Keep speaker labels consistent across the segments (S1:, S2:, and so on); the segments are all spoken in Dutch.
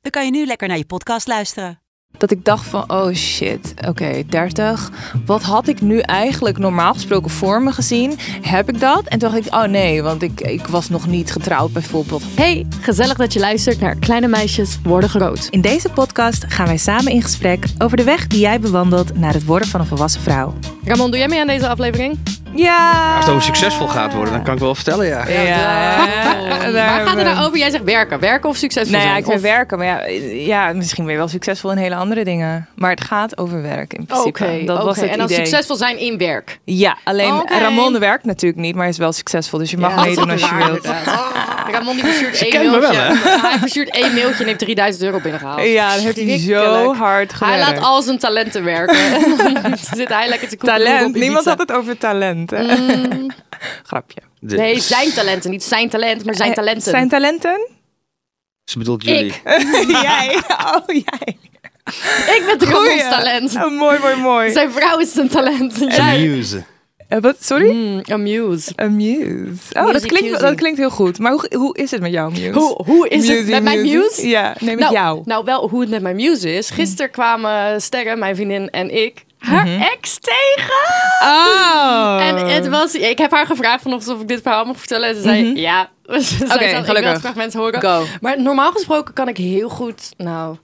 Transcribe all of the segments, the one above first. S1: dan kan je nu lekker naar je podcast luisteren.
S2: Dat ik dacht van, oh shit, oké, 30. Wat had ik nu eigenlijk normaal gesproken voor me gezien? Heb ik dat? En toen dacht ik, oh nee, want ik, ik was nog niet getrouwd bijvoorbeeld.
S3: Hey, gezellig dat je luistert naar Kleine Meisjes Worden Groot.
S2: In deze podcast gaan wij samen in gesprek over de weg die jij bewandelt naar het worden van een volwassen vrouw.
S3: Ramon, doe jij mee aan deze aflevering?
S2: Eh, Ja!
S4: Als het over succesvol gaat worden, dan kan ik wel vertellen, ja.
S2: Ja,
S3: Waar gaat het nou over? Jij zegt werken. Werken of succesvol
S2: Nou ja,
S3: zijn?
S2: ik wil
S3: Of-
S2: werken, maar ja, ja, misschien ben je wel succesvol in hele andere dingen. Maar het gaat over werk in
S3: Oké,
S2: principe. dat
S3: oké.
S2: was het
S3: En dan
S2: idee.
S3: succesvol zijn in werk.
S2: Ja, alleen
S3: Oké.
S2: Ramon werkt natuurlijk niet, maar is wel succesvol. Dus je mag
S3: Ja,
S2: meedoen
S3: Oh, dat is
S2: als je
S3: waar,
S2: wilt. Ah.
S3: inderdaad. Ramon die verstuurt één
S4: kent me
S3: mailtje.
S4: wel,
S3: Hij verstuurt één mailtje en heeft 3000 euro binnengehaald.
S2: Ja, dat heeft hij zo
S3: Verschrikkelijk.
S2: hard
S3: Hij
S2: gewerkt.
S3: laat al zijn talenten werken. Dan zit hij lekker te koekeloeren op
S2: Talent.
S3: Ibiza.
S2: Niemand had het over talent. hè?
S3: Mm.
S2: Grapje.
S4: De-
S3: Nee, zijn talenten. Niet zijn talent, maar zijn
S2: Eh,
S3: talenten.
S2: Zijn talenten?
S4: Ze bedoelt jullie.
S3: Ik.
S2: jij. Oh, jij.
S3: Ik ben Ramon's
S2: Goeie.
S3: talent.
S2: Oh, mooi, mooi, mooi.
S3: Zijn vrouw is zijn talent. Jij.
S4: Amuse.
S2: Eh, wat, sorry?
S3: Mm, amuse.
S2: Amuse. Oh, dat
S3: Music
S2: klinkt,
S3: using.
S2: dat klinkt heel goed. Maar hoe, hoe is het met jou, Muse?
S3: Hoe, hoe is het
S2: Muse,
S3: met mijn
S2: Muse?
S3: muse?
S2: Ja, nee, met
S3: nou,
S2: jou. Hmm.
S3: Nou, wel hoe het met mijn muse is. Gisteren kwamen Sterren, mijn vriendin en ik, haar ex tegen.
S2: Mhm. Oh.
S3: En het was, ik heb haar gevraagd vanochtend of ik dit verhaal mocht vertellen. En ze zei ja. Ze zei zelf, Ik wil
S2: Mhm. gelukkig.
S3: het graag mensen horen.
S2: Go.
S3: Maar normaal gesproken kan ik heel goed, nou,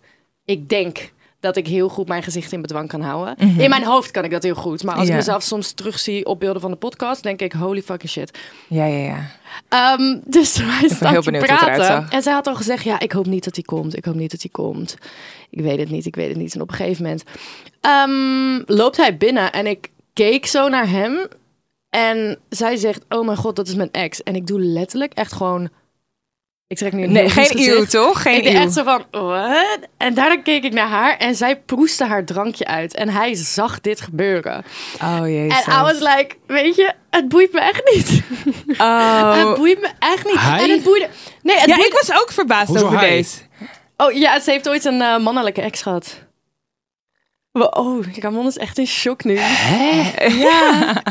S3: ik denk dat ik heel goed mijn gezicht in bedwang kan houden. In mijn hoofd kan ik dat heel goed. Maar als
S2: Mhm. Ja.
S3: ik mezelf soms terugzie op beelden van de podcast, denk ik, holy fucking shit.
S2: Ja, ja, ja.
S3: Ehm, dus wij staan
S2: heel
S3: te
S2: benieuwd hoe het eruit
S3: praten.
S2: zag.
S3: En zij had al gezegd, ja, ik hoop niet dat hij komt. Ik hoop niet dat hij komt. Ik weet het niet, ik weet het niet. En op een gegeven moment ehm, loopt hij binnen en ik keek zo naar hem. En zij zegt, oh mijn god, dat is mijn ex. En ik doe letterlijk echt gewoon... Ik trek nu een
S2: Nee,
S3: heel vies
S2: geen eeuw,
S3: gezicht.
S2: toch? Geen
S3: Ik deed
S2: eeuw.
S3: echt zo van, what? En daarna keek ik naar haar en zij proestte haar drankje uit. En hij zag dit gebeuren.
S2: Oh, jezus.
S3: En I was like, weet je, het boeit me echt niet.
S2: Oh.
S3: Het boeit me echt niet.
S4: Hij?
S3: En het boeide... Nee, het
S2: Ja,
S3: boeide...
S2: ik was ook verbaasd
S4: Hoezo
S2: over
S4: hij?
S2: deze.
S3: Oh ja, ze heeft ooit een eh, mannelijke ex gehad. Wa- Oh, Ramon is echt in shock nu.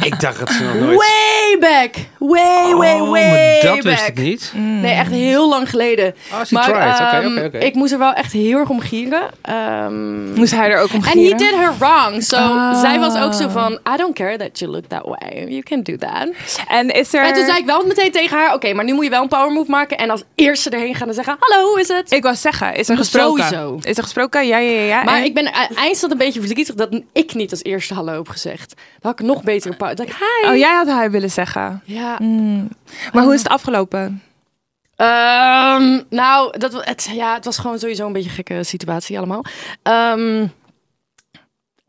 S4: Ik dacht het nog nooit.
S3: Way back! Way, way,
S4: Oh,
S3: way
S4: maar dat
S3: back!
S4: wist ik niet.
S3: Nee, echt heel lang geleden.
S4: Ah, she tried. Oké,
S3: ehm,
S4: oké, oké.
S3: ik moest er wel echt heel erg om gieren. Ehm,
S2: Moest hij er ook om
S3: And he
S2: gieren?
S3: did her wrong. So
S2: Ah.
S3: zij was ook zo van, I don't care that you look that way. You can do that.
S2: En is er...
S3: En toen zei ik wel meteen tegen haar, oké, maar nu moet je wel een power move maken. En als eerste erheen gaan en zeggen, hallo, hoe is het?
S2: Ik wou zeggen, is er
S3: Maar
S2: gesproken?
S3: sowieso.
S2: Is er gesproken? Ja, ja, ja. ja.
S3: Maar
S2: En-
S3: ik ben e- eindstand een beetje verdrietig dat ik niet als eerste hallo heb gezegd. Dan had ik nog betere pauze. Dan dacht ik, hi.
S2: Oh, jij had hij willen zeggen.
S3: Ja.
S2: Hmm. Maar hoe is het afgelopen?
S3: Ehm, nou, dat, wa- het, ja, het was gewoon sowieso een beetje een gekke situatie allemaal. Ehm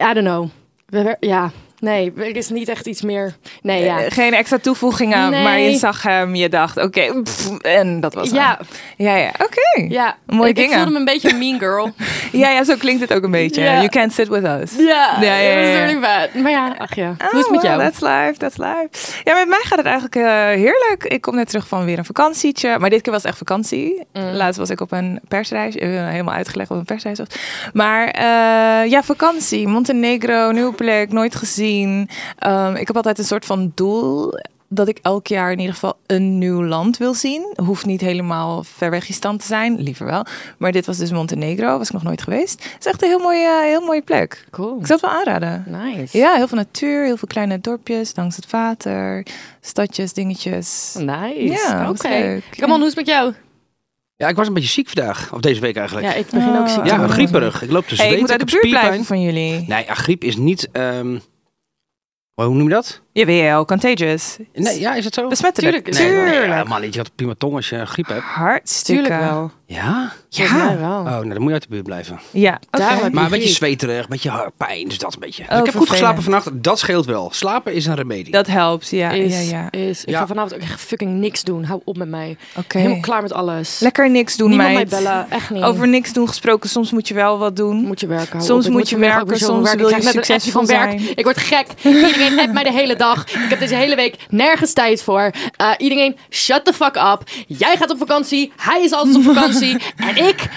S3: I don't know. We, wer- ja, nee, er is niet echt iets meer. Nee, ja.
S2: Eh, Geen extra toevoegingen,
S3: Nee.
S2: maar je zag hem, je dacht, oké, pff, en dat was
S3: Ja,
S2: hem. Ja, ja, oké.
S3: ja.
S2: Mooie
S3: ik, ik
S2: dingen.
S3: voelde me een beetje een mean girl.
S2: Ja, ja, zo klinkt het ook een beetje.
S3: Ja.
S2: You can't sit with us.
S3: ja,
S2: Ja, ja, ja,
S3: dat is
S2: ja.
S3: really bad. Maar ja, ach ja. Hoe is het
S2: Oh,
S3: met jou?
S2: well, that's life, that's life. Ja, met mij gaat het eigenlijk eh, heerlijk. Ik kom net terug van weer een vakantietje. Maar dit keer was het echt vakantie.
S3: Mm.
S2: Laatst was ik op een persreis. Eh, Helemaal uitgelegd wat een persreis was. Maar eh, ja, vakantie. Montenegro, nieuwe plek, nooit gezien. Ehm, ik heb altijd een soort van doel dat ik elk jaar in ieder geval een nieuw land wil zien. Hoeft niet helemaal verwegistan te zijn, liever wel. Maar dit was dus Montenegro, was ik nog nooit geweest. Het is echt een heel mooie, eh, heel mooie plek.
S3: Cool.
S2: Ik zou het wel aanraden.
S3: Nice.
S2: Ja, heel veel natuur, heel veel kleine dorpjes langs het water, stadjes, dingetjes.
S3: Nice.
S2: Ja, dat
S3: oké.
S2: was leuk.
S3: Come on, hoe is het met jou?
S4: Ja, ik was een beetje ziek vandaag. Of deze week eigenlijk.
S3: Ja, ik begin
S2: Ah.
S3: ook ziek. te
S4: Ja,
S3: worden.
S4: grieperig. Ik loop te
S2: Hey,
S4: zweten.
S2: ik moet uit de
S4: heb
S2: buurt
S4: spierpijn.
S2: blijven van jullie.
S4: Nee, ja, griep is niet... ehm, hoe noem je dat?
S2: Jawel, contagious.
S4: Nee, ja, is het zo?
S2: Besmettelijk.
S3: Tuurlijk is het
S4: Nee,
S3: wel.
S4: Nee, ja,
S2: Tuurlijk.
S4: man, je had prima tong als je eh, griep hebt.
S2: Hartstikke.
S3: Tuurlijk wel.
S4: Ja?
S3: Volgens mij wel.
S4: Oh, nou, dan moet je uit de buurt blijven.
S2: Ja, oké.
S3: Daarom heb je-
S4: Maar een beetje
S3: griep.
S4: zweterig, een beetje ha- pijn, dus dat een beetje. ik heb goed
S2: vervelend.
S4: geslapen vannacht, dat scheelt wel. Slapen is een remedie.
S2: dat helpt. Ja, ja,
S3: Is,
S2: ja.
S3: is. Ik
S4: Ja.
S3: ga vanavond ook echt fucking niks doen. Hou op met mij.
S2: Oké.
S3: Helemaal klaar met alles.
S2: Lekker niks doen,
S3: Niemand
S2: meid.
S3: mij bellen. Echt niet.
S2: Over niks doen gesproken, soms moet je wel wat doen.
S3: moet je werken. hou
S2: Soms
S3: op. Ik
S2: moet je
S3: vanmiddag ook
S2: werken,
S3: weer zoveel
S2: soms wil
S3: Ik krijg
S2: je
S3: net een appje van
S2: succesvol
S3: werk.
S2: zijn.
S3: Ik word gek. Iedereen appt mij de hele dag. Ik heb deze hele week nergens tijd voor. Eh, iedereen, shut the fuck up. Jij gaat op vakantie. Hij is altijd op vakantie. en ik,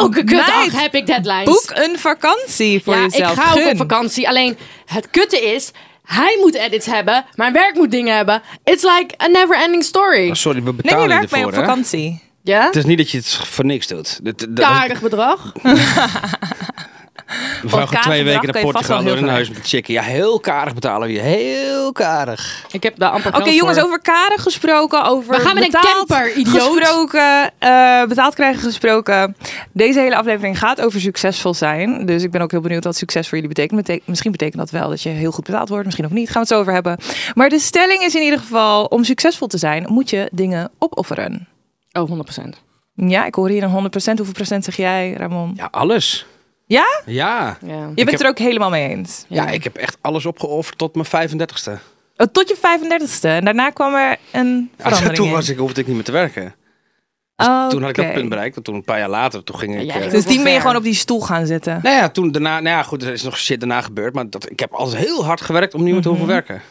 S3: elke kutdag
S2: Meid,
S3: heb ik deadlines.
S2: Boek een vakantie voor
S3: ja,
S2: jezelf.
S3: ik ga ook
S2: Gun.
S3: op vakantie. Alleen, het kutte is... Hij moet edits hebben. Mijn werk moet dingen hebben. It's like a never-ending story.
S4: Maar Ah, Sorry, we
S2: Neem
S4: betalen
S2: je
S4: je
S2: werk mee
S4: ervoor,
S2: op
S4: hè?
S2: vakantie.
S3: Ja?
S4: Het is niet dat je het voor niks doet. Dat, dat,
S3: Aardig bedrag.
S4: we vragen
S2: elkaar
S4: twee weken
S2: gedrag
S4: naar
S2: kan je vast wel
S4: Portugal
S2: heel
S4: door een
S2: veel
S4: huis met chicken. Ja, heel karig betalen we je. Heel karig.
S3: Ik heb daar amper
S2: Oké, jongens, over karig gesproken, over
S3: We gaan met een
S2: betaald
S3: camper, idioot.
S2: gesproken, eh, betaald krijgen gesproken. Deze hele aflevering gaat over succesvol zijn. Dus ik ben ook heel benieuwd wat succes voor jullie betekent. Bete- misschien betekent dat wel dat je heel goed betaald wordt, misschien ook niet. Gaan we het zo over hebben. Maar de stelling is in ieder geval, om succesvol te zijn, moet je dingen opofferen.
S3: Oh, 100%.
S2: Ja, ik hoor hier een 100%. Hoeveel procent zeg jij, Ramon?
S4: Ja, alles.
S2: Ja?
S4: Ja.
S3: Ja.
S2: Je bent
S4: heb-
S2: er ook helemaal mee eens.
S4: Ja, ik heb echt alles opgeofferd tot mijn 35ste.
S2: Oh, tot je 35ste. En daarna kwam er een verandering
S4: toen
S2: in.
S4: was ik, hoefde ik niet meer te werken.
S2: Oh,
S4: Toen had ik dat
S2: oké.
S4: punt bereikt. En toen een paar jaar later, toen ging ik...
S3: jij
S4: eh,
S3: ging
S2: Dus die ben je
S3: Ver.
S2: gewoon op die stoel gaan zitten.
S4: nou ja, toen daarna... Nou ja, goed, er is nog shit daarna gebeurd. Maar dat, ik heb altijd heel hard gewerkt om niet meer te
S2: Mhm.
S4: hoeven werken.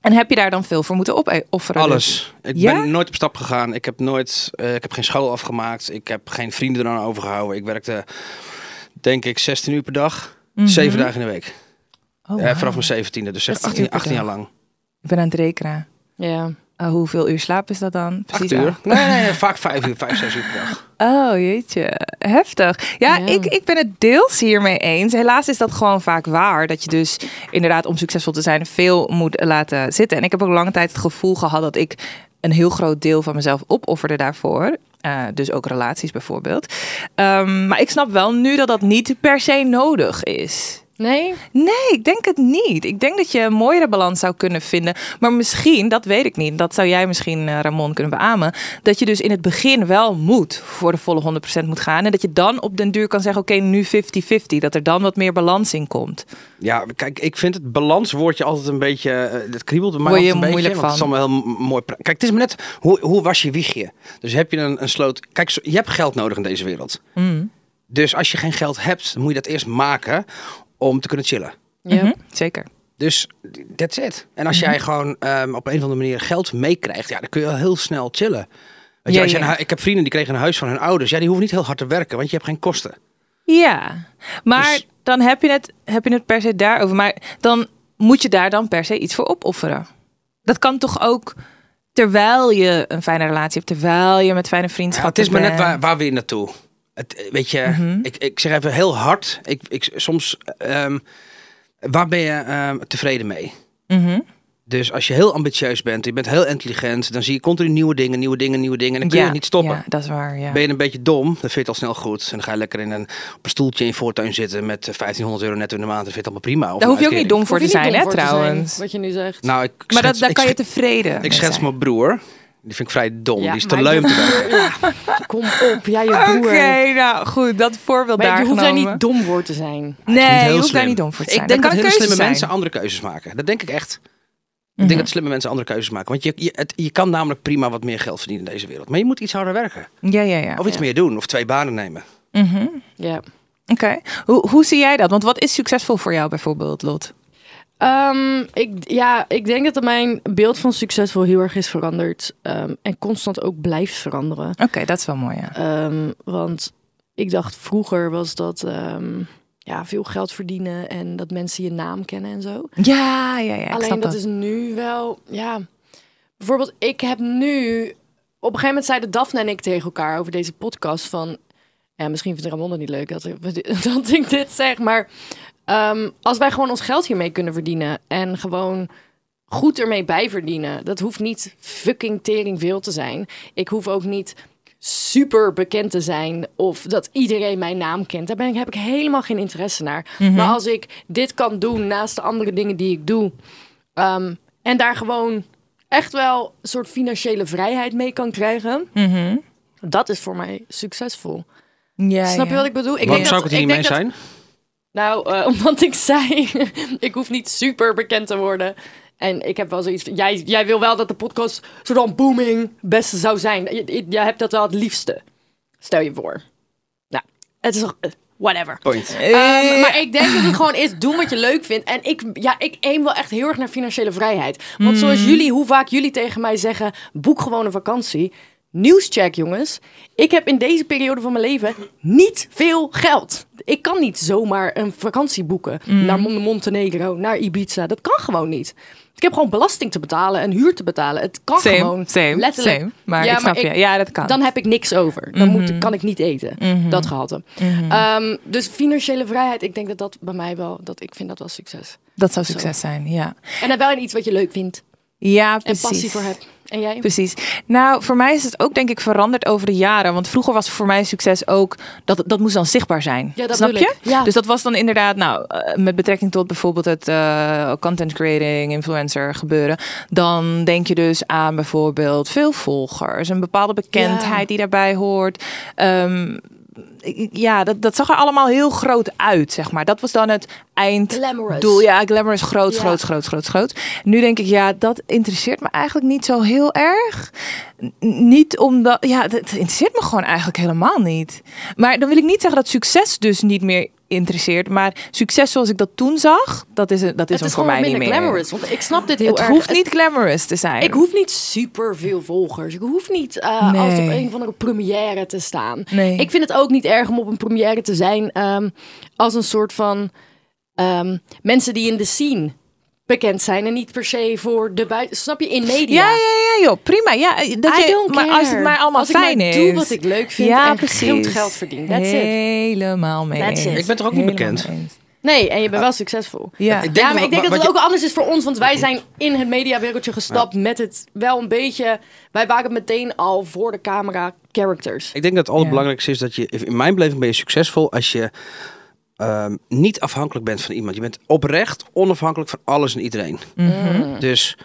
S2: En heb je daar dan veel voor moeten opofferen? dus?
S4: Alles. Ik
S2: Ja?
S4: ben nooit op stap gegaan. Ik heb nooit, eh, ik heb geen school afgemaakt. Ik heb geen vrienden eraan overgehouden. Ik werkte, denk ik, 16 uur per dag. Zeven dagen in de week.
S2: Mhm. Oh,
S4: Eh,
S2: wauw.
S4: vanaf mijn 17e, dus zeg
S2: 16 uur
S4: 18,
S2: per
S4: 18 jaar lang.
S2: Ik ben aan het rekenen.
S3: Ja.
S2: Oh, hoeveel uur slaap is dat dan?
S4: 8
S2: ja.
S4: uur? Nee, nee, nee, vaak 5 uur, 5, 6 uur per dag.
S2: Oh, jeetje. Heftig. Ja,
S3: Ja.
S2: Ik, ik ben het deels hiermee eens. Helaas is dat gewoon vaak waar. Dat je dus inderdaad om succesvol te zijn veel moet laten zitten. En ik heb ook lange tijd het gevoel gehad dat ik een heel groot deel van mezelf opofferde daarvoor. Eh, dus ook relaties bijvoorbeeld. Ehm, maar ik snap wel nu dat dat niet per se nodig is.
S3: Nee?
S2: Nee, ik denk het niet. Ik denk dat je een mooiere balans zou kunnen vinden. Maar misschien, dat weet ik niet. Dat zou jij misschien, eh, Ramon, kunnen beamen. Dat je dus in het begin wel moet voor de volle 100% moet gaan. En dat je dan op den duur kan zeggen: oké, nu 50-50. Dat er dan wat meer balans in komt.
S4: Ja, kijk, ik vind het balanswoordje altijd een beetje, eh, dat kriebelt bij mij
S2: Word je
S4: altijd een beetje.
S2: moeilijk
S4: want het is
S2: van.
S4: allemaal heel m- mooi. pra- Kijk, het is maar net, hoe, hoe was je wiegje? Dus heb je een, een sloot, kijk, zo- je hebt geld nodig in deze wereld.
S2: Mm.
S4: Dus als je geen geld hebt, dan moet je dat eerst maken om te kunnen chillen.
S3: Ja.
S2: Mhm, Zeker.
S4: Dus that's it. En
S2: Mhm.
S4: als jij gewoon ehm, op een of andere manier geld meekrijgt, ja, dan kun je wel heel snel chillen. Weet je,
S2: Ja,
S4: als je
S2: ja.
S4: een hu- ik heb vrienden die kregen een huis van hun ouders. Ja, die hoeven niet heel hard te werken, want je hebt geen kosten.
S2: Ja, maar
S4: Dus-
S2: dan heb je, het, heb je het per se daarover. Maar dan moet je daar dan per se iets voor opofferen. Dat kan toch ook terwijl je een fijne relatie hebt, terwijl je met fijne
S4: Ja,
S2: vriendschappen
S4: het is maar net
S2: bent.
S4: waar, waar we naartoe. Het, eh, weet je,
S2: Mhm.
S4: ik, ik zeg even heel hard. Ik, ik, soms, ehm, waar ben je ehm, tevreden mee?
S2: Mhm.
S4: Dus als je heel ambitieus bent, je bent heel intelligent, dan zie je continu nieuwe dingen, nieuwe dingen, nieuwe dingen. En dan kun je het niet stoppen.
S2: Ja, dat is waar. Ja.
S4: Ben je een beetje dom, dan vind je het al snel goed. En dan ga je lekker in een, op een stoeltje in je voortuin zitten met eh, 1500 euro netto in de maand. Dan vind je het allemaal prima. Of
S2: Daar
S4: een
S2: hoef je ook niet
S4: uitkering.
S2: dom voor te
S3: Hoef je
S2: zijn,
S3: niet dom
S2: hè,
S3: voor te
S2: trouwens.
S3: zijn, Wat je nu zegt.
S4: Nou, ik
S2: maar dat,
S4: schets-
S2: daar
S4: ik
S2: kan je
S4: sch-
S2: tevreden.
S4: Ik schets
S2: me.
S4: mijn broer. Die vind ik vrij dom.
S3: Ja,
S4: die is te
S3: maar
S4: lui om
S3: je
S4: te werken.
S3: broer- Kom op, jij je broer.
S2: Oké, nou goed, dat voorbeeld
S3: Maar
S2: daar
S3: je hoeft daar
S2: genomen.
S3: niet dom voor te zijn.
S4: Het is niet
S2: Nee,
S4: heel
S2: Eh, je hoeft daar
S4: slim.
S2: niet dom voor te zijn.
S4: Ik denk
S2: dat kan
S4: dat, hele
S2: een keuze
S4: slimme
S2: zijn. Mhm.
S4: mensen andere keuzes maken. Dat denk ik echt. Ik denk dat slimme mensen andere keuzes maken. Want je, je, het- je kan namelijk prima wat meer geld verdienen in deze wereld. Maar je moet iets harder werken.
S2: Ja, ja, ja.
S4: Of iets meer doen. Of twee banen nemen.
S2: Mhm.
S3: Ja.
S2: Oké, hoe, hoe zie jij dat? Want wat is succesvol voor jou bijvoorbeeld, Lot?
S3: Ehm, ik, ja, ik denk dat mijn beeld van succesvol heel erg is veranderd. ehm, en constant ook blijft veranderen.
S2: Oké, dat is wel mooi, ja.
S3: Ehm, want ik dacht vroeger was dat ehm, ja, veel geld verdienen en dat mensen je naam kennen en zo.
S2: Ja, ja, ja, ik
S3: Alleen
S2: snap
S3: dat,
S2: dat.
S3: is nu wel, ja. Bijvoorbeeld, ik heb nu. Op een gegeven moment zeiden Daphne en ik tegen elkaar over deze podcast van. Ja, misschien vindt Ramon het niet leuk dat, we dit- dat ik dit zeg, maar ehm, als wij gewoon ons geld hiermee kunnen verdienen en gewoon goed ermee bijverdienen, dat hoeft niet fucking tering veel te zijn. Ik hoef ook niet super bekend te zijn of dat iedereen mijn naam kent. Daar ben ik, heb ik helemaal geen
S2: Mhm.
S3: interesse naar. Maar als ik dit kan doen naast de andere dingen die ik doe, Ehm, En daar gewoon echt wel een soort financiële vrijheid mee kan krijgen.
S2: Mhm.
S3: Dat is voor mij succesvol.
S2: Ja,
S3: Snap je
S2: ja.
S3: wat ik bedoel? Ik
S4: Waarom
S3: denk
S4: zou ik
S3: dat-
S4: het hier niet mee
S3: denk dat-
S4: zijn?
S3: Nou, eh, omdat ik zei, ik hoef niet super bekend te worden. En ik heb wel zoiets van, jij, jij wil wel dat de podcast zo dan booming beste zou zijn. Je- je- Jij hebt dat wel het liefste. Stel je voor. Nou, het is toch, eh, whatever.
S4: Point.
S2: Eh.
S3: Ehm, maar ik denk dat het gewoon is, doen wat je leuk vindt. En ik, ja, ik aim wel echt heel erg naar financiële vrijheid. Want zoals
S2: Hmm.
S3: jullie, hoe vaak jullie tegen mij zeggen, boek gewoon een vakantie. Nieuwscheck, jongens. Ik heb in deze periode van mijn leven niet veel geld. Ik kan niet zomaar een vakantie boeken
S2: Hmm.
S3: naar Mon- Montenegro, naar Ibiza. Dat kan gewoon niet. Ik heb gewoon belasting te betalen en huur te betalen. Het kan
S2: Same,
S3: gewoon
S2: same,
S3: letterlijk.
S2: same. Maar ik snap je. Ja, dat kan.
S3: Dan heb ik niks over. Dan
S2: Mhm.
S3: moet, kan ik niet eten. Dat gehalte. Ehm, dus financiële vrijheid, ik denk dat dat bij mij wel, dat ik vind dat wel succes.
S2: Dat zou succes zijn, ja.
S3: En dan wel in iets wat je leuk vindt
S2: Ja,
S3: en
S2: precies.
S3: passie voor hebt. En jij?
S2: Precies. Nou, voor mij is het ook denk ik veranderd over de jaren. Want vroeger was voor mij succes ook dat dat moest dan zichtbaar zijn.
S3: Ja, dat
S2: Snap
S3: bedoel
S2: je?
S3: ik. Ja.
S2: Dus dat was dan inderdaad, nou, eh, met betrekking tot bijvoorbeeld het eh, content creating, influencer gebeuren. Dan denk je dus aan bijvoorbeeld veel volgers, een bepaalde bekendheid die daarbij hoort. Ehm, ik- ja, dat, dat zag er allemaal heel groot uit, zeg maar. Dat was dan het
S3: Glamorous.
S2: einddoel. Ja, glamorous, groot,
S3: Ja.
S2: groot, groot, groot, groot. Nu denk ik, ja, dat interesseert me eigenlijk niet zo heel erg. N- niet omdat, ja, dat, dat interesseert me gewoon eigenlijk helemaal niet. Maar dan wil ik niet zeggen dat succes dus niet meer interesseert. Maar succes zoals ik dat toen zag, dat is, dat is, hem
S3: het is
S2: voor
S3: gewoon
S2: mij niet
S3: minder
S2: meer.
S3: glamorous, want ik snap dit heel
S2: Het
S3: erg.
S2: hoeft niet glamorous te zijn.
S3: Ik hoef niet super veel volgers. Ik hoef niet eh
S2: Nee.
S3: altijd op een of andere première te staan.
S2: Nee.
S3: Ik vind het ook niet erg om op een première te zijn ehm, als een soort van ehm, mensen die in de scene bekend zijn en niet per se voor de buiten. Snap je in media?
S2: Ja, ja, ja, joh, prima. Ja, eh, dat
S3: I
S2: je,
S3: don't
S2: maar als het
S3: care.
S2: maar allemaal
S3: Als ik maar
S2: fijn is.
S3: doe wat ik leuk vind
S2: ja,
S3: en
S2: precies.
S3: groot geld verdien. That's it.
S2: Helemaal mee
S3: That's
S2: eens.
S3: it.
S4: Ik ben toch ook niet
S2: Helemaal
S4: bekend?
S2: mee eens.
S3: Nee, en je bent wel succesvol.
S2: Ah. Ja.
S4: Ik denk
S3: Ja,
S4: dat-
S3: maar ik denk dat
S4: wat
S3: het
S4: je-
S3: ook anders is voor ons, want wij zijn in het mediawereldje gestapt met het wel een beetje. Wij waren meteen al voor de camera characters.
S4: Ik denk dat het
S2: Ja.
S4: allerbelangrijkste is dat je, in mijn beleving ben je succesvol als je ehm, niet afhankelijk bent van iemand. Je bent oprecht onafhankelijk van alles en iedereen.
S2: Mhm.
S4: Dus,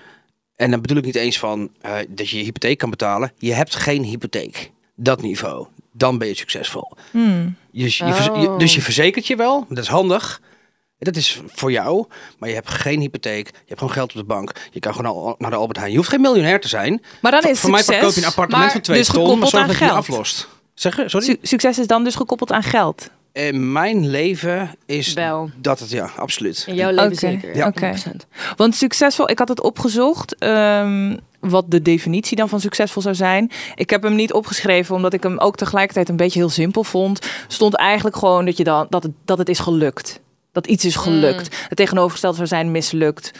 S4: en dan bedoel ik niet eens van eh, dat je je hypotheek kan betalen. Je hebt geen hypotheek. Dat niveau. Dan ben je succesvol.
S2: Hmm.
S4: Dus, je, verz-
S2: Oh.
S4: je- dus je verzekert je wel. Dat is handig. Dat is voor jou, maar je hebt geen hypotheek. Je hebt gewoon geld op de bank. Je kan gewoon al- naar de Albert Heijn. Je hoeft geen miljonair te zijn.
S2: Maar dan
S4: Voor-
S2: is
S4: voor mij
S2: succes,
S4: koop je een appartement
S2: maar
S4: van twee
S2: dus
S4: ton, maar
S2: gekoppeld
S4: zorg
S2: aan
S4: dat je die
S2: geld.
S4: aflost. Zeg, je? sorry?
S2: Su- succes is dan dus gekoppeld aan geld.
S4: In mijn leven is
S3: Wel.
S4: dat het, ja, absoluut.
S3: In jouw leven
S2: Oké,
S3: zeker.
S2: ja. oké.
S3: 100%.
S2: Want succesvol, ik had het opgezocht. ehm, wat de definitie dan van succesvol zou zijn. Ik heb hem niet opgeschreven, omdat ik hem ook tegelijkertijd een beetje heel simpel vond. Stond eigenlijk gewoon dat, je dan, dat, het, dat het is gelukt. Dat iets is gelukt. Het tegenovergestelde zou zijn mislukt.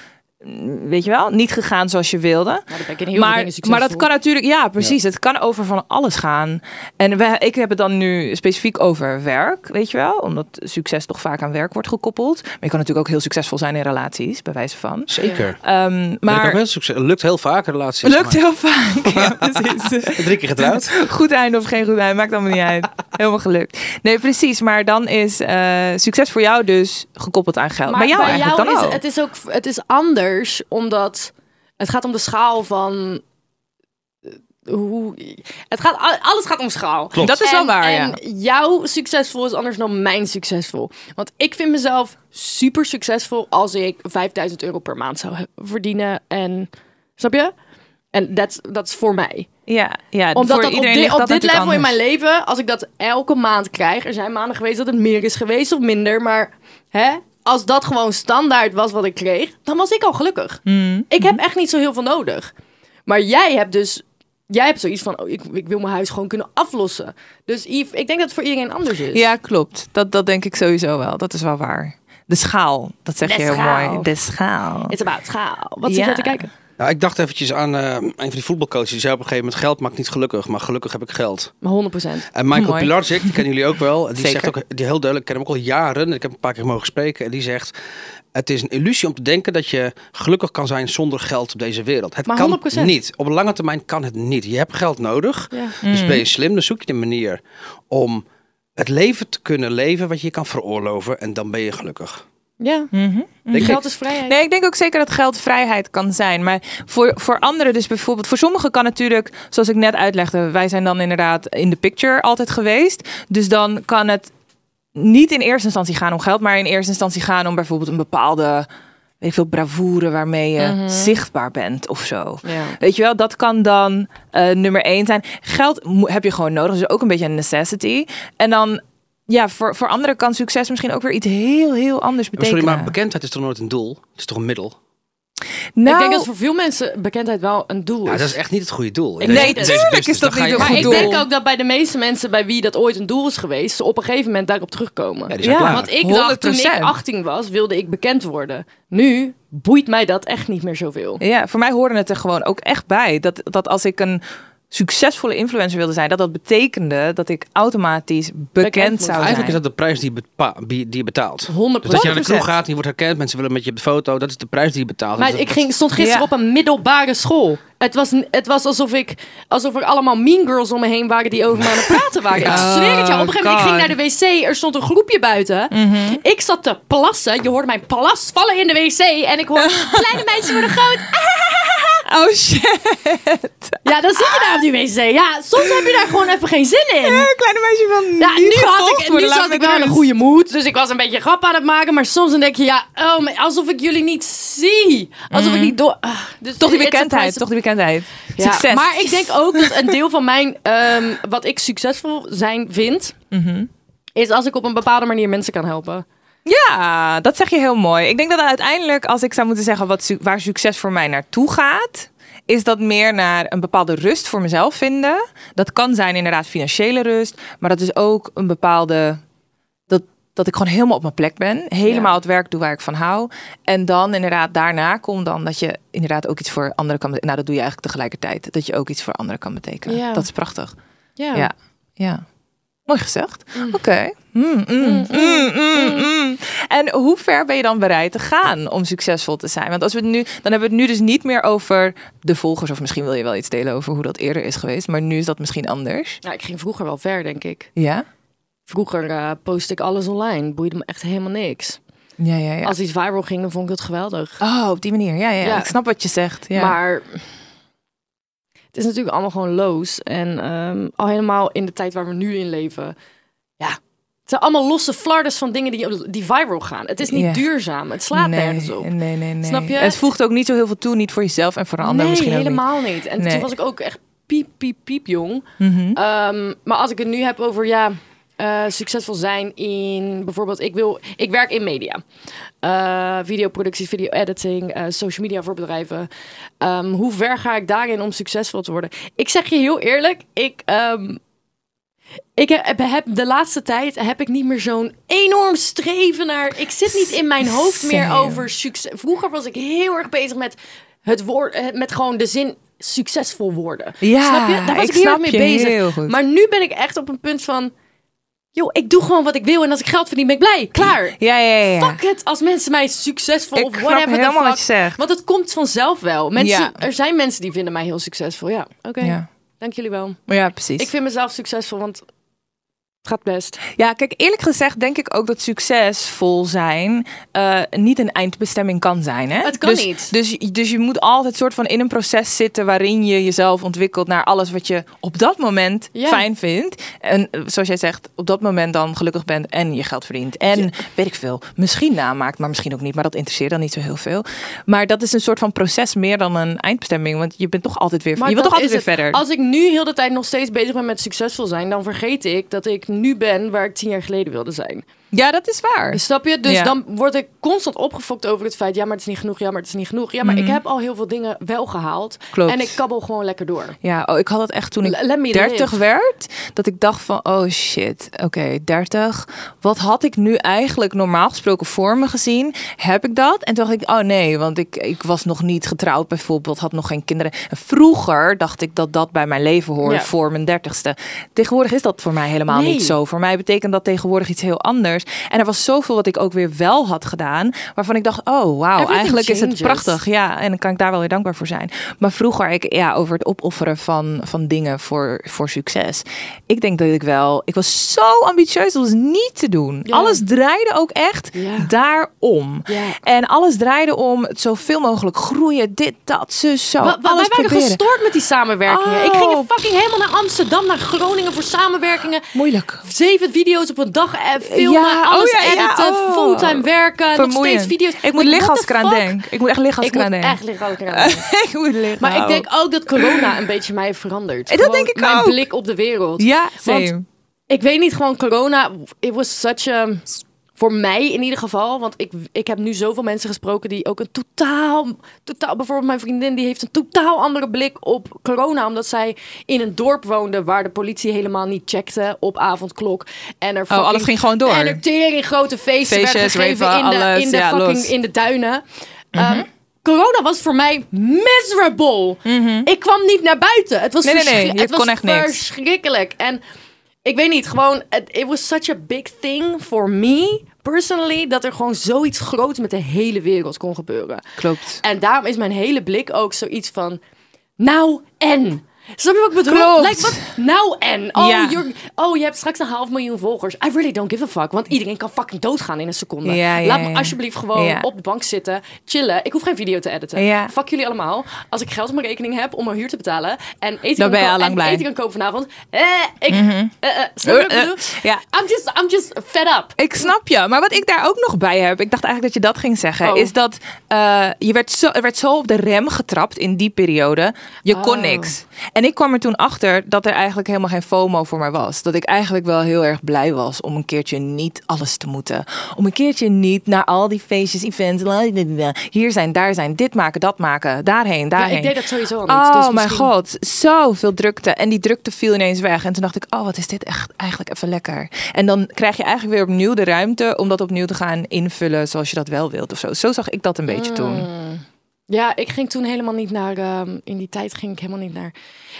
S2: Mm, Weet je wel? Niet gegaan zoals je wilde.
S3: Nou, dat ben ik in heel veel
S2: Maar,
S3: dingen
S2: maar
S3: succesvol.
S2: dat kan natuurlijk, ja, precies. Het kan over van alles gaan. En we, ik heb het dan nu specifiek over werk, weet je wel? Omdat succes toch vaak aan werk wordt gekoppeld. Maar je kan natuurlijk ook heel succesvol zijn in relaties, bij wijze van.
S4: Zeker.
S2: Ehm,
S4: Maar
S2: maar
S4: ook heel succes. Lukt heel vaak relaties.
S2: lukt
S4: maar
S2: heel vaak. Ja, precies.
S4: Drie keer getrouwd.
S2: Goed einde of geen goed einde, maakt allemaal niet uit. Helemaal gelukt. Nee, precies. Maar dan is eh, succes voor jou dus gekoppeld aan geld. bij jou
S3: bij
S2: eigenlijk
S3: jou
S2: dan
S3: is
S2: ook.
S3: het is ook het is anders omdat het gaat om de schaal van eh, hoe het gaat al- alles gaat om schaal.
S4: Klopt.
S2: Dat is wel
S3: En-
S2: waar,
S3: En
S2: ja.
S3: jouw succesvol is anders dan mijn succesvol. Want ik vind mezelf super succesvol als ik 5000 euro per maand zou he- verdienen en snap je? En dat dat is voor mij.
S2: Ja, ja
S3: Omdat
S2: voor
S3: dat op,
S2: iedereen
S3: dit-
S2: ligt
S3: op
S2: dat
S3: dit level
S2: natuurlijk
S3: in mijn
S2: anders.
S3: leven, als ik dat elke maand krijg, er zijn maanden geweest dat het meer is geweest of minder, maar hè, als dat gewoon standaard was wat ik kreeg, dan was ik al gelukkig.
S2: Hmm.
S3: Ik heb echt niet zo heel veel nodig. Maar jij hebt dus, jij hebt zoiets van, oh, ik, ik wil mijn huis gewoon kunnen aflossen. Dus Yves, ik denk dat het voor iedereen anders is.
S2: Ja, klopt. Dat, dat denk ik sowieso wel. Dat is wel waar. De schaal, dat zeg
S3: De
S2: je heel
S3: schaal.
S2: mooi. De schaal.
S3: It's about schaal. Wat zit
S2: Ja.
S3: jij te kijken?
S4: Nou, ik dacht eventjes aan eh, een van die voetbalcoaches. Die zei op een gegeven moment, geld maakt niet gelukkig, maar gelukkig heb ik geld.
S3: Maar 100%.
S4: En Michael
S2: Mooi.
S4: Pilarczyk, die kennen jullie ook wel. en Die
S2: Zeker.
S4: zegt ook die heel duidelijk, ik ken hem ook al jaren. en Ik heb hem een paar keer mogen spreken. En die zegt, het is een illusie om te denken dat je gelukkig kan zijn zonder geld op deze wereld. Het
S3: Maar
S4: kan
S3: 100%.
S4: niet. Op lange termijn kan het niet. Je hebt geld nodig.
S3: Ja.
S2: Mm.
S4: Dus ben je slim, dan zoek je een manier om het leven te kunnen leven wat je je kan veroorloven. En dan ben je gelukkig.
S3: Ja,
S2: Mhm.
S4: Denk Oh,
S3: geld is vrijheid.
S2: Nee, ik denk ook zeker dat geld vrijheid kan zijn. Maar voor, voor anderen, dus bijvoorbeeld, voor sommigen kan natuurlijk, zoals ik net uitlegde, wij zijn dan inderdaad in de picture altijd geweest. Dus dan kan het niet in eerste instantie gaan om geld, maar in eerste instantie gaan om bijvoorbeeld een bepaalde, weet ik veel, bravoure waarmee je zichtbaar bent of zo.
S3: Mhm. Ja.
S2: Weet je wel, dat kan dan eh, nummer één zijn. Geld mo- heb je gewoon nodig, dus ook een beetje een necessity. En dan, ja, voor, voor anderen kan succes misschien ook weer iets heel, heel anders
S4: Maar
S2: betekenen.
S4: Sorry, maar bekendheid is toch nooit een doel? Het is toch een middel?
S2: Nou,
S3: Ik denk dat voor veel mensen bekendheid wel een doel
S4: Ja,
S3: is.
S4: dat is echt niet het goede doel.
S3: Ik weet het.
S4: business.
S2: Tuurlijk is dat
S4: dus Dan ga
S2: niet
S4: je-
S2: een
S3: Maar
S2: goed
S3: ik
S2: doel.
S3: denk ook dat bij de meeste mensen bij wie dat ooit een doel is geweest, ze op een gegeven moment daarop terugkomen.
S4: Ja, die zijn
S2: Ja,
S4: klaar.
S3: Want ik dacht, toen ik
S2: 100%.
S3: 18 was, wilde ik bekend worden. Nu boeit mij dat echt niet meer zoveel.
S2: Ja, voor mij hoorde het er gewoon ook echt bij. Dat, dat als ik een succesvolle influencer wilde zijn, dat dat betekende dat ik automatisch bekend,
S3: Bekend
S2: zou
S3: moet
S2: zijn.
S4: Eigenlijk is dat de prijs die je, bepa- die die je betaalt.
S3: 100
S4: Dus dat je naar de
S2: Procent.
S4: kroeg gaat, je wordt herkend, mensen willen met je op de foto. Dat is de prijs die je betaalt.
S3: Maar
S4: Dus
S3: ik
S4: dat-
S3: ging, stond gisteren
S2: Ja.
S3: op een middelbare school. Het was, n- het was alsof, ik, alsof er allemaal mean girls om me heen waren die over me aan het praten waren.
S2: Ja.
S3: Ik zweer het jou. Op een gegeven moment
S2: Oh,
S3: ik ging naar de wc. Er stond een groepje buiten.
S4: Mhm.
S3: Ik zat te plassen. Je hoorde mijn plas vallen in de wc. En ik hoorde kleine meisjes worden groot.
S2: Oh shit,
S3: Ja, dan zit je daar op die wc. Ja, soms heb je daar gewoon even geen zin in.
S2: kleine meisje van
S3: Ja, nu, had ik, nu zat ik wel in een goede mood, dus ik was een beetje grap aan het maken. Maar soms dan denk je, ja, oh, maar alsof ik jullie niet zie. Alsof ik niet door... ah, dus
S2: Toch die
S3: it's a
S2: bekendheid,
S3: price
S2: toch die bekendheid.
S3: ja,
S2: Succes.
S3: Maar ik denk ook dat een deel van mijn, ehm, wat ik succesvol zijn vind, is als ik op een bepaalde manier mensen kan helpen.
S2: Ja, dat zeg je heel mooi. Ik denk dat uiteindelijk, als ik zou moeten zeggen wat, su- waar succes voor mij naartoe gaat, is dat meer naar een bepaalde rust voor mezelf vinden. Dat kan zijn inderdaad financiële rust, maar dat is ook een bepaalde. Dat, dat ik gewoon helemaal op mijn plek ben. Helemaal
S3: Ja.
S2: het werk doe waar ik van hou. En dan inderdaad daarna komt dan dat je inderdaad ook iets voor anderen kan betekenen. Nou, dat doe je eigenlijk tegelijkertijd. Dat je ook iets voor anderen kan betekenen.
S3: Ja.
S2: Dat is prachtig. Ja. ja. Mooi gezegd. Oké. Mm, mm, mm, mm, mm. En hoe ver ben je dan bereid te gaan om succesvol te zijn? Want als we het nu, dan hebben we het nu dus niet meer over de volgers. Of misschien wil je wel iets delen over hoe dat eerder is geweest. Maar nu is dat misschien anders.
S3: Ja, ik ging vroeger wel ver, denk ik.
S2: Ja?
S3: Vroeger eh post ik alles online, boeide me echt helemaal niks.
S2: Ja, ja, ja.
S3: Als iets viral ging, dan vond ik het geweldig.
S2: Oh, op die manier. Ja, ja, ja.
S3: Ja.
S2: Ik snap wat je zegt. Ja.
S3: Maar het is natuurlijk allemaal gewoon loos. En ehm, al helemaal in de tijd waar we nu in leven. Ja, het zijn allemaal losse flarders van dingen die, die viral gaan. Het is niet
S2: Ja.
S3: duurzaam. Het slaat
S2: nee,
S3: nergens op.
S2: Nee, nee, nee.
S3: Snap je?
S2: Het voegt ook niet zo heel veel toe. Niet voor jezelf en voor de
S3: nee,
S2: anderen misschien ook
S3: helemaal niet. En
S2: Nee.
S3: toen was ik ook echt piep, piep, piep jong.
S2: niet. Mhm.
S3: Ehm, maar als ik het nu heb over ja, eh, succesvol zijn in bijvoorbeeld, ik wil, ik werk in media, Eh, videoproductie, video editing, eh, social media voor bedrijven. Ehm, hoe ver ga ik daarin om succesvol te worden? Ik zeg je heel eerlijk, ik. ehm, ik heb, heb de laatste tijd heb ik niet meer zo'n enorm streven naar. Ik zit niet in mijn hoofd meer
S2: Same.
S3: over succes. Vroeger was ik heel erg bezig met het woord, eh, met gewoon de zin succesvol worden.
S2: Ja,
S3: snap je? Daar was
S2: ik
S3: ik, heel
S2: snap
S3: erg mee
S2: je
S3: bezig.
S2: heel goed.
S3: Maar nu ben ik echt op een punt van, joh, ik doe gewoon wat ik wil en als ik geld verdien ben ik blij. Klaar.
S2: Ja, ja, ja. ja.
S3: Fuck het als mensen mij succesvol
S2: Ik
S3: of
S2: snap
S3: whatever the
S2: helemaal
S3: fuck.
S2: wat je zegt.
S3: Want het komt vanzelf wel. Mensen,
S2: Ja.
S3: Er zijn mensen die vinden mij heel succesvol. Ja, oké.
S2: Ja.
S3: Dank jullie wel.
S2: ja, precies.
S3: Ik vind mezelf succesvol, want het gaat best.
S2: Ja, kijk, eerlijk gezegd denk ik ook dat succesvol zijn eh, niet een eindbestemming kan zijn. Hè?
S3: Het kan
S2: dus,
S3: niet.
S2: Dus, dus je moet altijd soort van in een proces zitten waarin je jezelf ontwikkelt naar alles wat je op dat moment
S3: Ja.
S2: fijn vindt. En eh, zoals jij zegt, op dat moment dan gelukkig bent en je geld verdient. En weet ik veel, misschien namaakt, maar misschien ook niet. Maar dat interesseert dan niet zo heel veel. Maar dat is een soort van proces meer dan een eindbestemming. Want je bent toch altijd weer, je wilt toch
S3: dat
S2: altijd weer
S3: is het.
S2: verder.
S3: Als ik nu heel de tijd nog steeds bezig ben met succesvol zijn, dan vergeet ik dat ik nu ben waar ik tien jaar geleden wilde zijn.
S2: Ja, dat is waar.
S3: Snap je? Dus
S2: Ja.
S3: dan word ik constant opgefokt over het feit, ja, maar het is niet genoeg, ja, maar het is niet genoeg. Ja, maar ik heb al heel veel dingen wel gehaald.
S2: Mhm. Klopt.
S3: En ik kabbel gewoon lekker door.
S2: Ja, oh, ik had dat echt toen ik
S3: Let me
S2: 30
S3: live.
S2: werd. Dat ik dacht van, oh shit, oké, 30. Wat had ik nu eigenlijk normaal gesproken voor me gezien? Heb ik dat? En toen dacht ik, oh nee, want ik, ik was nog niet getrouwd bijvoorbeeld. Had nog geen kinderen. En vroeger dacht ik dat dat bij mijn leven hoorde
S3: Ja.
S2: voor mijn dertigste. Tegenwoordig is dat voor mij helemaal
S3: Nee.
S2: niet zo. Voor mij betekent dat tegenwoordig iets heel anders. anders. En er was zoveel wat ik ook weer wel had gedaan, waarvan ik dacht, oh wauw,
S3: Everything
S2: eigenlijk is het
S3: changes.
S2: prachtig. Ja, en dan kan ik daar wel weer dankbaar voor zijn. Maar vroeger, ik, ja, over het opofferen van, van dingen voor, voor succes. Ik denk dat ik wel, ik was zo ambitieus, dat was niet te doen.
S3: Ja.
S2: Alles draaide ook echt
S3: Ja.
S2: daarom.
S3: Ja.
S2: En alles draaide om het zoveel mogelijk groeien, dit, dat, zus, zo.
S3: Wa- wa- wij
S2: alles
S3: waren
S2: proberen.
S3: gestoord met die samenwerkingen. Ik
S2: Oh.
S3: ging fucking helemaal naar Amsterdam, naar Groningen voor samenwerkingen.
S2: Moeilijk.
S3: Zeven video's op een dag eh, filmen,
S2: Ja, oh
S3: alles
S2: ja, ja,
S3: editen,
S2: oh.
S3: fulltime werken, nog steeds
S2: Vermoeiend.
S3: video's.
S2: Ik moet
S3: Like,
S2: liggen
S3: what
S2: als ik
S3: the
S2: eraan
S3: fuck?
S2: denk. Ik moet echt liggen als
S3: Ik
S2: ik eraan
S3: moet
S2: denk.
S3: echt liggen als ik eraan denk.
S2: ik moet liggen.
S3: Maar ik
S2: Nou.
S3: denk ook dat corona een beetje mij heeft veranderd.
S2: En Eh, dat
S3: Gewoon
S2: denk ik
S3: mijn
S2: ook.
S3: blik op de wereld.
S2: Ja,
S3: Want
S2: same.
S3: ik weet niet, gewoon corona, it was such a... Voor mij in ieder geval, want ik, ik heb nu zoveel mensen gesproken die ook een totaal, totaal... Bijvoorbeeld mijn vriendin, die heeft een totaal andere blik op corona. Omdat zij in een dorp woonde waar de politie helemaal niet checkte op avondklok. En er fucking-
S2: Oh, alles ging gewoon door.
S3: En er tering grote feesten
S2: Feestjes,
S3: werd gegeven
S2: raven,
S3: in de,
S2: alles,
S3: in de
S2: ja,
S3: fucking
S2: los.
S3: in de duinen.
S2: Mhm.
S3: Uh, Corona was voor mij miserable. Ik kwam niet naar buiten. Het was,
S2: Mhm. Nee, nee, nee.
S3: verschri-
S2: Je
S3: het
S2: kon
S3: was
S2: echt niks.
S3: verschrikkelijk. En ik weet niet, gewoon, it, it was such a big thing for me personally, dat er gewoon zoiets groots met de hele wereld kon gebeuren.
S2: Klopt.
S3: En daarom is mijn hele blik ook zoiets van, nou en. Snap je wat ik bedoel?
S2: Klopt.
S3: Like, wat, nou en. Oh,
S2: Ja.
S3: you're- oh, je hebt straks een half miljoen volgers. I really don't give a fuck. Want iedereen kan fucking doodgaan in een seconde.
S2: Ja, ja,
S3: Laat me
S2: ja.
S3: alsjeblieft gewoon
S2: Ja.
S3: op de bank zitten, chillen. Ik hoef geen video te editen.
S2: Ja.
S3: Fuck jullie allemaal. Als ik geld op mijn rekening heb om mijn huur te betalen en eten,
S2: Dan
S3: kan,
S2: ben je
S3: ko-
S2: al lang
S3: en
S2: blij. Mhm.
S3: eten kan kopen vanavond. Eh, ik, eh, eh, snap je wat ik
S2: Eh, eh,
S3: bedoel?
S2: ja.
S3: I'm, just, I'm just fed up.
S2: Ik snap je. Maar wat ik daar ook nog bij heb, ik dacht eigenlijk dat je dat ging zeggen,
S3: Oh.
S2: is dat eh, je werd zo, er werd zo op de rem getrapt in die periode. Je kon
S3: Oh.
S2: niks. En ik kwam er toen achter dat er eigenlijk helemaal geen FOMO voor mij was. Dat ik eigenlijk wel heel erg blij was om een keertje niet alles te moeten. Om een keertje niet naar al die feestjes, events, la, la, la, la. hier zijn, daar zijn, dit maken, dat maken, daarheen,
S3: Ja,
S2: daarheen.
S3: ik deed dat sowieso al niet.
S2: Oh
S3: dus
S2: mijn
S3: misschien-
S2: god, zoveel drukte. En die drukte viel ineens weg. En toen dacht ik, oh wat is dit echt eigenlijk even lekker. En dan krijg je eigenlijk weer opnieuw de ruimte om dat opnieuw te gaan invullen zoals je dat wel wilt of zo. Zo zag ik dat een beetje
S3: Hmm.
S2: toen.
S3: Ja, ik ging toen helemaal niet naar. ehm, in die tijd ging ik helemaal niet naar.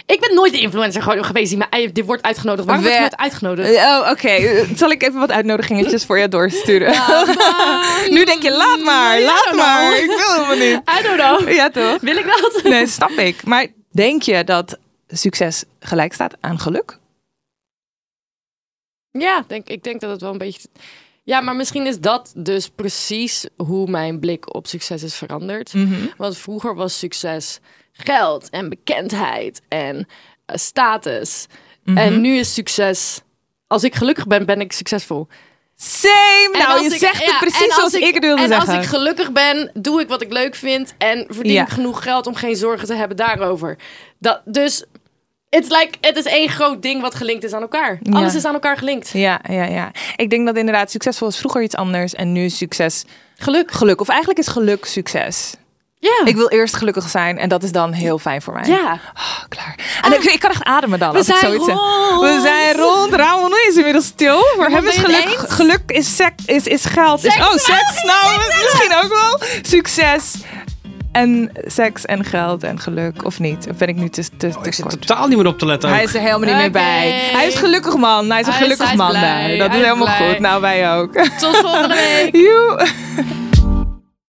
S3: Ik ben nooit de influencer ge- geweest die mij. Dit wordt uitgenodigd. Waarom wordt
S2: We-
S3: ik nooit uitgenodigd?
S2: Oh, oké. Zal ik even wat uitnodigingetjes voor je doorsturen?
S3: Ah,
S2: nu denk je, laat
S3: Hmm,
S2: maar, laat maar. Ik wil helemaal niet.
S3: I don't know.
S2: Ja, toch?
S3: Wil ik dat?
S2: Nee, snap ik. Maar denk je dat succes gelijk staat aan geluk?
S3: Ja, denk, ik denk dat het wel een beetje. Ja, maar misschien is dat dus precies hoe mijn blik op succes is veranderd.
S2: Mhm.
S3: Want vroeger was succes geld en bekendheid en eh, status.
S2: Mhm.
S3: En nu is succes. Als ik gelukkig ben, ben ik succesvol.
S2: Same!
S3: En
S2: nou,
S3: als
S2: je
S3: ik-
S2: zegt
S3: ja,
S2: het
S3: en
S2: precies
S3: als
S2: zoals ik, het wilde
S3: en
S2: zeggen.
S3: als ik gelukkig ben, doe ik wat ik leuk vind en verdien
S2: Ja.
S3: ik genoeg geld om geen zorgen te hebben daarover. Dat, dus it's like, het is één groot ding wat gelinkt is aan elkaar.
S2: Ja.
S3: Alles is aan elkaar gelinkt.
S2: Ja, ja, ja. Ik denk dat inderdaad succesvol is vroeger iets anders en nu is succes geluk. Geluk. Of eigenlijk is geluk succes.
S3: Ja,
S2: Ik wil eerst gelukkig zijn en dat is dan heel fijn voor mij.
S3: Ah. ja.
S2: Ah, klaar. En ik, ik kan echt ademen dan. als
S3: zijn
S2: ik zoiets zeg.
S3: rond.
S2: We zijn rond. Ramon is inmiddels stil. Maar hem is
S3: ben je het
S2: geluk.
S3: eens?
S2: Geluk is, sek, is, is geld. Is-
S3: Seks,
S2: oh,
S3: wou
S2: seks. Nou, misschien ook wel. Succes. En seks en geld en geluk. Of niet? Of ben ik nu te, te, te
S4: Oh, Ik zit
S2: kort?
S4: totaal niet meer op te letten.
S2: Hij
S4: ook.
S2: is er helemaal niet meer
S3: Oké.
S2: bij. Hij is gelukkig man. Hij is een
S3: Hij is-
S2: gelukkig
S3: hij is
S2: man
S3: blij.
S2: daar. Dat
S3: Hij
S2: is
S3: is
S2: helemaal
S3: blij.
S2: goed. Nou, wij ook.
S3: Tot volgende week.
S2: Joe.